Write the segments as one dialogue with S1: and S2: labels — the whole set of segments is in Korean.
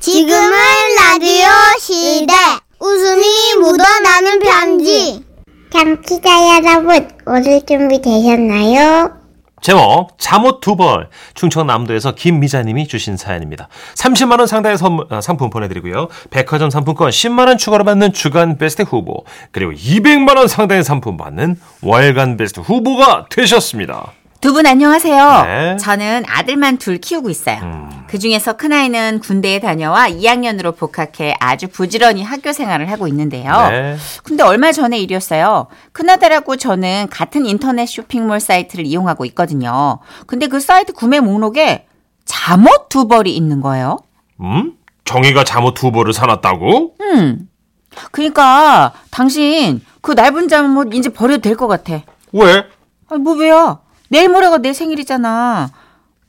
S1: 지금은 라디오 시대. 웃음이 묻어나는 편지.
S2: 참치자 여러분, 오늘 준비 되셨나요?
S3: 제목 잠옷 두 벌 충청남도에서 김미자님이 주신 사연입니다. 30만 원 상당의 선물, 아, 상품 보내드리고요. 백화점 상품권 10만 원 추가로 받는 주간 베스트 후보 그리고 200만 원 상당의 상품 받는 월간 베스트 후보가 되셨습니다.
S4: 두 분 안녕하세요.
S3: 네.
S4: 저는 아들만 둘 키우고 있어요.
S3: 음.
S4: 그 중에서 큰아이는 군대에 다녀와 2학년으로 복학해 아주 부지런히 학교 생활을 하고 있는데요.
S3: 네.
S4: 근데 얼마 전에 일이었어요. 큰아들하고 저는 같은 인터넷 쇼핑몰 사이트를 이용하고 있거든요. 근데 그 사이트 구매 목록에 잠옷 두 벌이 있는 거예요.
S3: 음? 정희가 잠옷 두 벌을 사놨다고?
S4: 음. 그러니까 당신 그 낡은 잠옷 이제 버려도 될 것 같아.
S3: 왜?
S4: 아니 뭐 왜요? 내일 모레가 내 생일이잖아.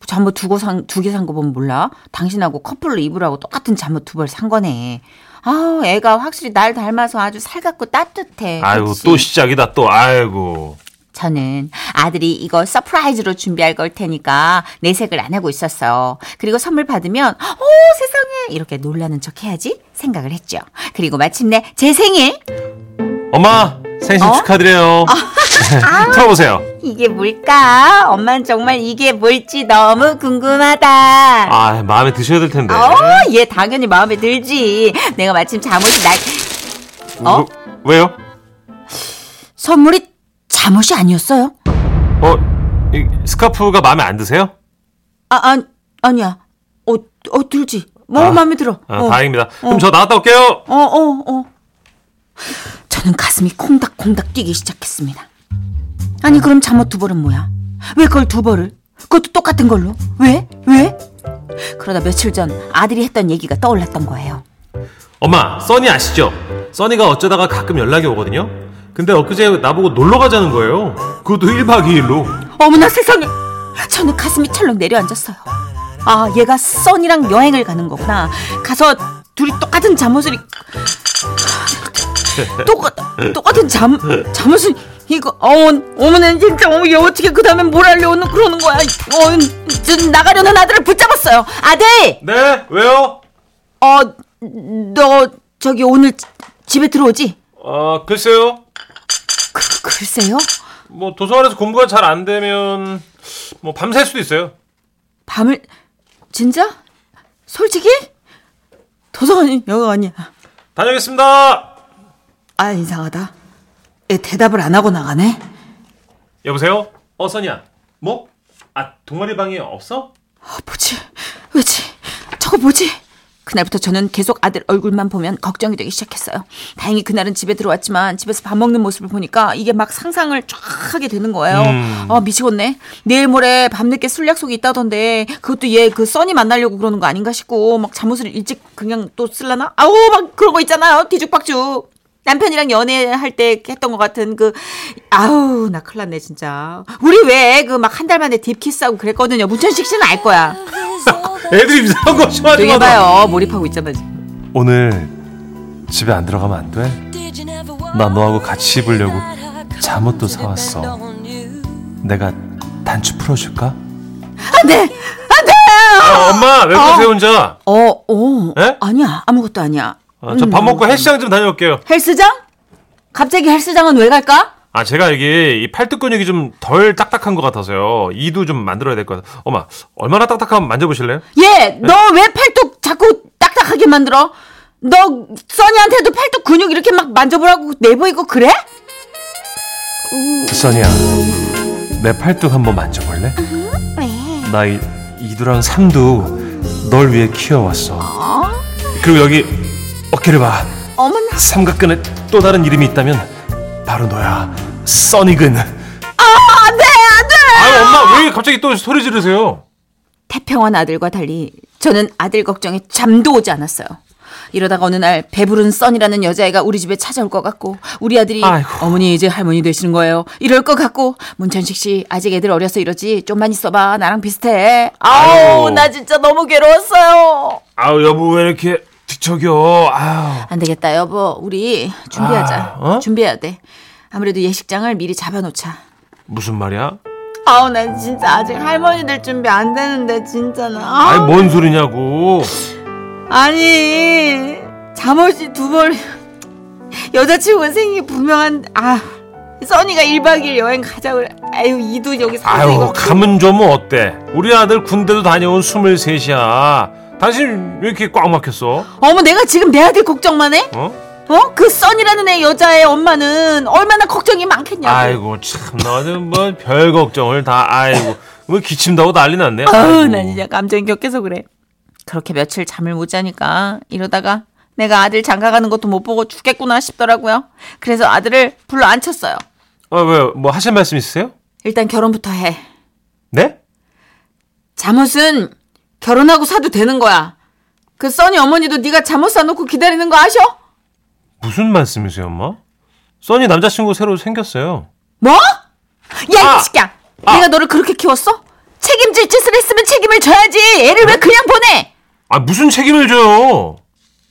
S4: 잠옷 두고 산, 두 개 산 거 보면 몰라? 당신하고 커플로 입으라고 똑같은 잠옷 두 벌 산 거네. 아우, 애가 확실히 날 닮아서 아주 살갑고 따뜻해.
S3: 아이고
S4: 네, 그치?
S3: 또 시작이다 또 아이고
S4: 저는 아들이 이거 서프라이즈로 준비할 걸 테니까 내색을 안 하고 있었어. 그리고 선물 받으면 오 세상에 이렇게 놀라는 척 해야지 생각을 했죠. 그리고 마침내 제 생일
S3: 엄마 생신
S4: 어? 아.
S3: 축하드려요. 틀어보세요.
S4: 이게 뭘까? 엄만 정말 이게 뭘지 너무 궁금하다.
S3: 아 마음에 드셔야 될 텐데.
S4: 어,
S3: 네.
S4: 얘 당연히 마음에 들지. 내가 마침 잠옷이 날 어?
S3: 왜- 왜요?
S4: 선물이 잠옷이 아니었어요?
S3: 어, 이 스카프가 마음에 안 드세요?
S4: 아, 아 아니야. 어, 어 들지. 뭐
S3: 아,
S4: 마음에 들어.
S3: 아,
S4: 어.
S3: 다행입니다. 그럼
S4: 어.
S3: 저 나갔다 올게요.
S4: 어, 어, 어. 저는 가슴이 콩닥콩닥 뛰기 시작했습니다. 아니, 그럼 잠옷 두 벌은 뭐야? 왜 그걸 두 벌을? 그것도 똑같은 걸로? 왜? 왜? 그러다 며칠 전 아들이 했던 얘기가 떠올랐던 거예요.
S3: 엄마, 써니 아시죠? 써니가 어쩌다가 가끔 연락이 오거든요. 근데 엊그제 나보고 놀러 가자는 거예요. 그것도 1박 2일로.
S4: 어머나 세상에! 저는 가슴이 철렁 내려앉았어요. 아, 얘가 써니랑 여행을 가는 거구나. 가서 둘이 똑같은 잠옷을 입... 똑같, 똑같은 잠, 잠옷을 이거 어, 어머나 진짜 어머 얘 어떻게 그 다음에 뭘 하려는 그러는 거야 어, 저 나가려는 아들을 붙잡았어요 아들 어,
S3: 네, 왜요?
S4: 어너 저기 오늘 지- 집에 들어오지
S3: 아, 글쎄요.
S4: 그, 글쎄요
S3: 뭐 도서관에서 공부가 잘 안 되면 뭐 밤샐 수도 있어요.
S4: 밤을 진짜 솔직히 도서관이 여가 아니야
S3: 다녀오겠습니다.
S4: 아 이상하다. 얘 대답을 안 하고 나가네. 어,
S3: 여보세요? 어, 써니야. 뭐? 아, 동아리 방에 없어?
S4: 아, 뭐지? 왜지? 저거 뭐지? 그날부터 저는 계속 아들 얼굴만 보면 걱정이 되기 시작했어요. 다행히 그날은 집에 들어왔지만 집에서 밥 먹는 모습을 보니까 이게 막 상상을 쫙 하게 되는 거예요. 아 미치겠네. 내일 모레 밤늦게 술 약속이 있다던데 그것도 얘 그 써니 만나려고 그러는 거 아닌가 싶고 막 잠옷을 일찍 그냥 또 쓸라나? 아우 막 그런 거 있잖아요. 뒤죽박죽. 남편이랑 연애할 때 했던 것 같은 그 아우 나 큰일 났네 진짜 우리 왜 그 막 한 달 만에 딥키스하고 그랬거든요 문천식 씨는 알 거야
S3: 애들이 이상한 거 좋아하지
S4: 되게
S3: 마.
S4: 봐요 몰입하고 있잖아 지금.
S3: 오늘 집에 안 들어가면 안 돼?
S5: 나 너하고 같이 입으려고 잠옷도 사왔어.
S3: 내가 단추 풀어줄까?
S4: 안돼
S3: 아, 엄마 왜 그러세요 혼자?
S4: 어어 어,
S3: 에?
S4: 아니야 아무것도 아니야 음.
S3: 아, 저 밥 먹고 헬스장 좀 다녀올게요.
S4: 헬스장 갑자기 헬스장은 왜 갈까
S3: 아 제가 이게 이 팔뚝 근육이 좀 덜 딱딱한 것 같아서요. 이도 좀 만들어야 될 것 같아요. 엄마 얼마나 딱딱하면 만져보실래요?
S4: 얘 예! 너 왜 팔뚝 자꾸 딱딱하게 만들어 너 써니한테도 팔뚝 근육 이렇게 막 만져보라고 내보이고 그래
S3: 그 써니야 내 팔뚝 한번 만져볼래? 나 이, 이두랑 삼두 널 위해 키워왔어. 그리고 여기 어깨를 봐.
S4: 어머나
S3: 삼각근에 또 다른 이름이 있다면 바로 너야. 써니근. 아유
S4: 안돼 안돼
S3: 엄마 왜 갑자기 또 소리 지르세요?
S4: 태평한 아들과 달리 저는 아들 걱정에 잠도 오지 않았어요. 이러다가 어느 날 배부른 써니라는 여자애가 우리 집에 찾아올 것 같고 우리 아들이
S3: 아이고.
S4: 어머니 이제 할머니 되시는 거예요. 이럴 것 같고 문천식 씨 아직 애들 어려서 이러지 좀만 있어봐 나랑 비슷해. 아우
S3: 아이고.
S4: 나 진짜 너무 괴로웠어요.
S3: 아우 여보 왜 이렇게 뒤척여? 아우.
S4: 안 되겠다 여보 우리 준비하자.
S3: 아, 어?
S4: 준비해야 돼. 아무래도 예식장을 미리 잡아놓자.
S3: 무슨 말이야?
S4: 아우 난 진짜 아직 할머니 될 준비 안 되는데 진짜 나.
S3: 아이 뭔 소리냐고.
S4: 아니 잠옷이 두 벌 여자친구가 생일 분명한 아 써니가 1박 2일 여행 가자고 그래. 아유 이도 여기 사서
S3: 아유,
S4: 이거
S3: 가면 좀 어때? 우리 아들 군대도 다녀온 23이야. 당신 왜 이렇게 꽉 막혔어?
S4: 어머 내가 지금 내 아들 걱정만 해?
S3: 어?
S4: 어? 그 써니라는 애 여자의 엄마는 얼마나 걱정이 많겠냐고
S3: 아이고, 참, 너는 뭐 별 걱정을 다, 아이고. 뭐 기침다고 난리 났네.
S4: 아우
S3: 아이고.
S4: 난 진짜 감정이 격해서 그래 그렇게 며칠 잠을 못 자니까 이러다가 내가 아들 장가 가는 것도 못 보고 죽겠구나 싶더라고요 그래서 아들을 불러 앉혔어요
S3: 아, 왜, 뭐 하실 말씀 있으세요?
S4: 일단 결혼부터 해
S3: 네?
S4: 잠옷은 결혼하고 사도 되는 거야 그 써니 어머니도 네가 잠옷 사놓고 기다리는 거 아셔?
S3: 무슨 말씀이세요, 엄마? 써니 남자친구 새로 생겼어요.
S4: 뭐? 야,
S3: 아!
S4: 이 새끼야.
S3: 아!
S4: 내가 너를 그렇게 키웠어? 책임질 짓을 했으면 책임을 져야지. 애를 왜 그냥 보내?
S3: 아, 무슨 책임을 져요?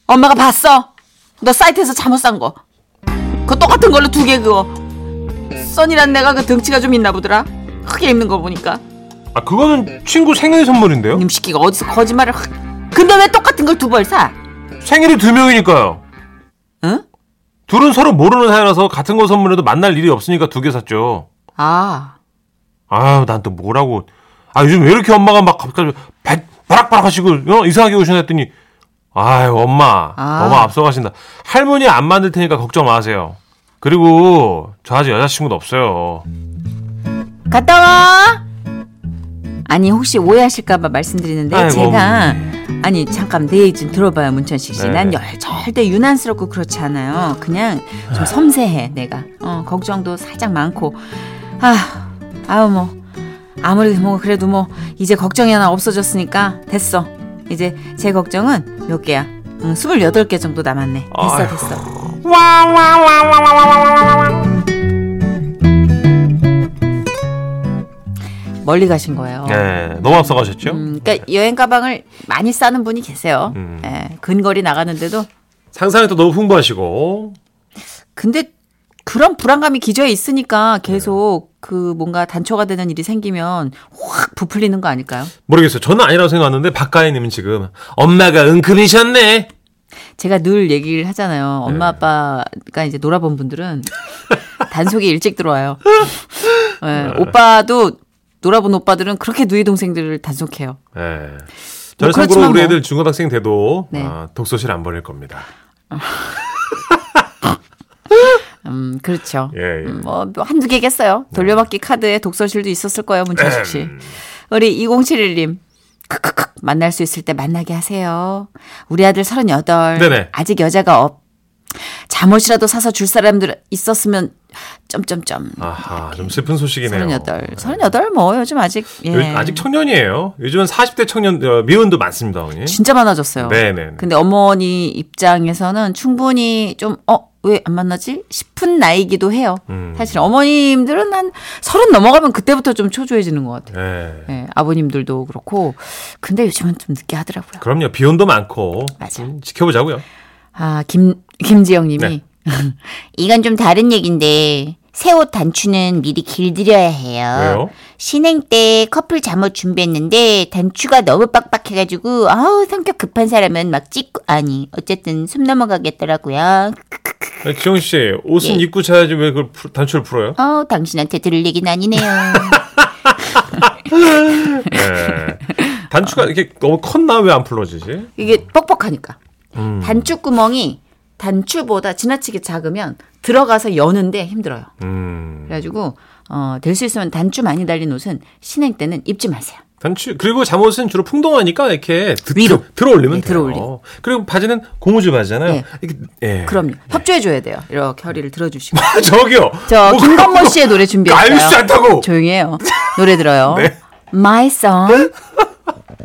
S4: 엄마가 봤어. 너 사이트에서 잠옷 산 거. 그거 똑같은 걸로 두 개 그거. 써니란 내가 그 등치가 좀 있나 보더라. 크게 입는 거 보니까.
S3: 아, 그거는 친구 생일 선물인데요?
S4: 님 시끼가 어디서 거짓말을 확. 근데 왜 똑같은 걸 두 벌 사?
S3: 생일이 두 명이니까요.
S4: 응?
S3: 둘은 서로 모르는 사이라서 같은 거 선물해도 만날 일이 없으니까 두 개 샀죠.
S4: 아,
S3: 아유, 난 또 뭐라고. 아, 요즘 왜 이렇게 엄마가 막 갑자기 배, 바락바락 하시고, 어? 이상하게 오시나 했더니, 아유, 엄마.
S4: 아.
S3: 너무 앞서가신다. 할머니 안 만들 테니까 걱정 마세요. 그리고, 저 아직 여자친구도 없어요.
S4: 갔다 와. 아니 혹시 오해하실까봐 말씀드리는데
S3: 아이고.
S4: 제가 아니 잠깐 내 얘기 좀 들어봐요 문천식 씨.
S3: 네.
S4: 난 열, 절대 유난스럽고 그렇지 않아요. 그냥 좀 섬세해 내가. 어 걱정도 살짝 많고 아 아우 뭐 아무리 뭐 그래도 뭐 이제 걱정이 하나 없어졌으니까 됐어. 이제 제 걱정은 몇 개야? 응, 28개 정도 남았네. 됐어,
S3: 아이고.
S4: 됐어. 멀리 가신 거예요.
S3: 네, 너무 앞서가셨죠?
S4: 음, 그러니까 여행 가방을 많이 싸는 분이 계세요.
S3: 음.
S4: 예, 근거리 나가는데도
S3: 상상이 또 너무 풍부하시고.
S4: 근데 그런 불안감이 기저에 있으니까 계속 그 뭔가 단초가 되는 일이 생기면 확 부풀리는 거 아닐까요?
S3: 모르겠어요. 저는 아니라고 생각하는데, 박가희님은 지금, 엄마가 은큼이셨네.
S4: 제가 늘 얘기를 하잖아요. 엄마 아빠가 이제 놀아본 분들은 단속이 일찍 들어와요. 예, 오빠도 놀아본 오빠들은 그렇게 누이 동생들을 단속해요.
S3: 예.
S4: 뭐
S3: 저는 참고로
S4: 그렇지만
S3: 우리
S4: 뭐.
S3: 애들 중고등학생 돼도
S4: 네.
S3: 아, 독서실 안 보낼 겁니다.
S4: 음, 그렇죠.
S3: 예, 예.
S4: 음, 뭐, 뭐 한두 개겠어요. 돌려받기 카드에 독서실도 있었을 거예요, 문천식 씨.
S3: 음.
S4: 우리 2071님. 크크크 만날 수 있을 때 만나게 하세요. 우리 아들 38.
S3: 네네.
S4: 아직 여자가 없. 잠옷이라도 사서 줄 사람들 있었으면 점점점.
S3: 아하, 좀 슬픈 소식이네요.
S4: 38. 38뭐 요즘 아직 예.
S3: 요- 아직 청년이에요. 요즘은 40대 청년 어, 미혼도 많습니다, 어머니.
S4: 진짜 많아졌어요.
S3: 네네.
S4: 근데 어머니 입장에서는 충분히 좀, 어, 왜 안 만나지? 싶은 나이기도 해요.
S3: 음.
S4: 사실 어머님들은 한 서른 넘어가면 그때부터 좀 초조해지는 것 같아요.
S3: 예.
S4: 예, 아버님들도 그렇고. 근데 요즘은 좀 늦게 하더라고요.
S3: 그럼요. 비혼도 많고.
S4: 맞아.
S3: 좀 지켜보자고요.
S4: 아, 김, 김지영 님이.
S3: 네.
S2: 이건 좀 다른 얘긴데 새 옷 단추는 미리 길들여야 해요.
S3: 왜요?
S2: 신행 때 커플 잠옷 준비했는데 단추가 너무 빡빡해가지고 아우 성격 급한 사람은 막 찍고 아니 어쨌든 숨 넘어가겠더라고요.
S3: 아니, 지영 씨, 옷은
S4: 예.
S3: 입고 자야지 왜 그걸 풀- 단추를 풀어요?
S2: 어 당신한테 들을 얘기는 아니네요.
S3: 예.
S4: 어.
S3: 단추가 이렇게 너무 컸나 왜 안 풀어지지?
S4: 이게 뻑뻑하니까.
S3: 음.
S4: 단추 구멍이 단추보다 지나치게 작으면 들어가서 여는데 힘들어요.
S3: 음.
S4: 그래가지고, 어, 될 수 있으면 단추 많이 달린 옷은 신행 때는 입지 마세요.
S3: 단추 그리고 잠옷은 주로 풍덩하니까 이렇게 드-
S4: 위로.
S3: 들어 올리면
S4: 네,
S3: 돼요.
S4: 들어올리고.
S3: 그리고 바지는 고무줄 바지잖아요.
S4: 네.
S3: 이렇게 예.
S4: 그럼요. 협조해줘야 돼요. 이렇게 허리를 들어주시고.
S3: 저기요.
S4: 저
S3: 뭐
S4: 김건모
S3: 그런
S4: 씨의 노래 준비했어요.
S3: 알지 않다고. 네.
S4: 조용히 해요. 노래 들어요. My song,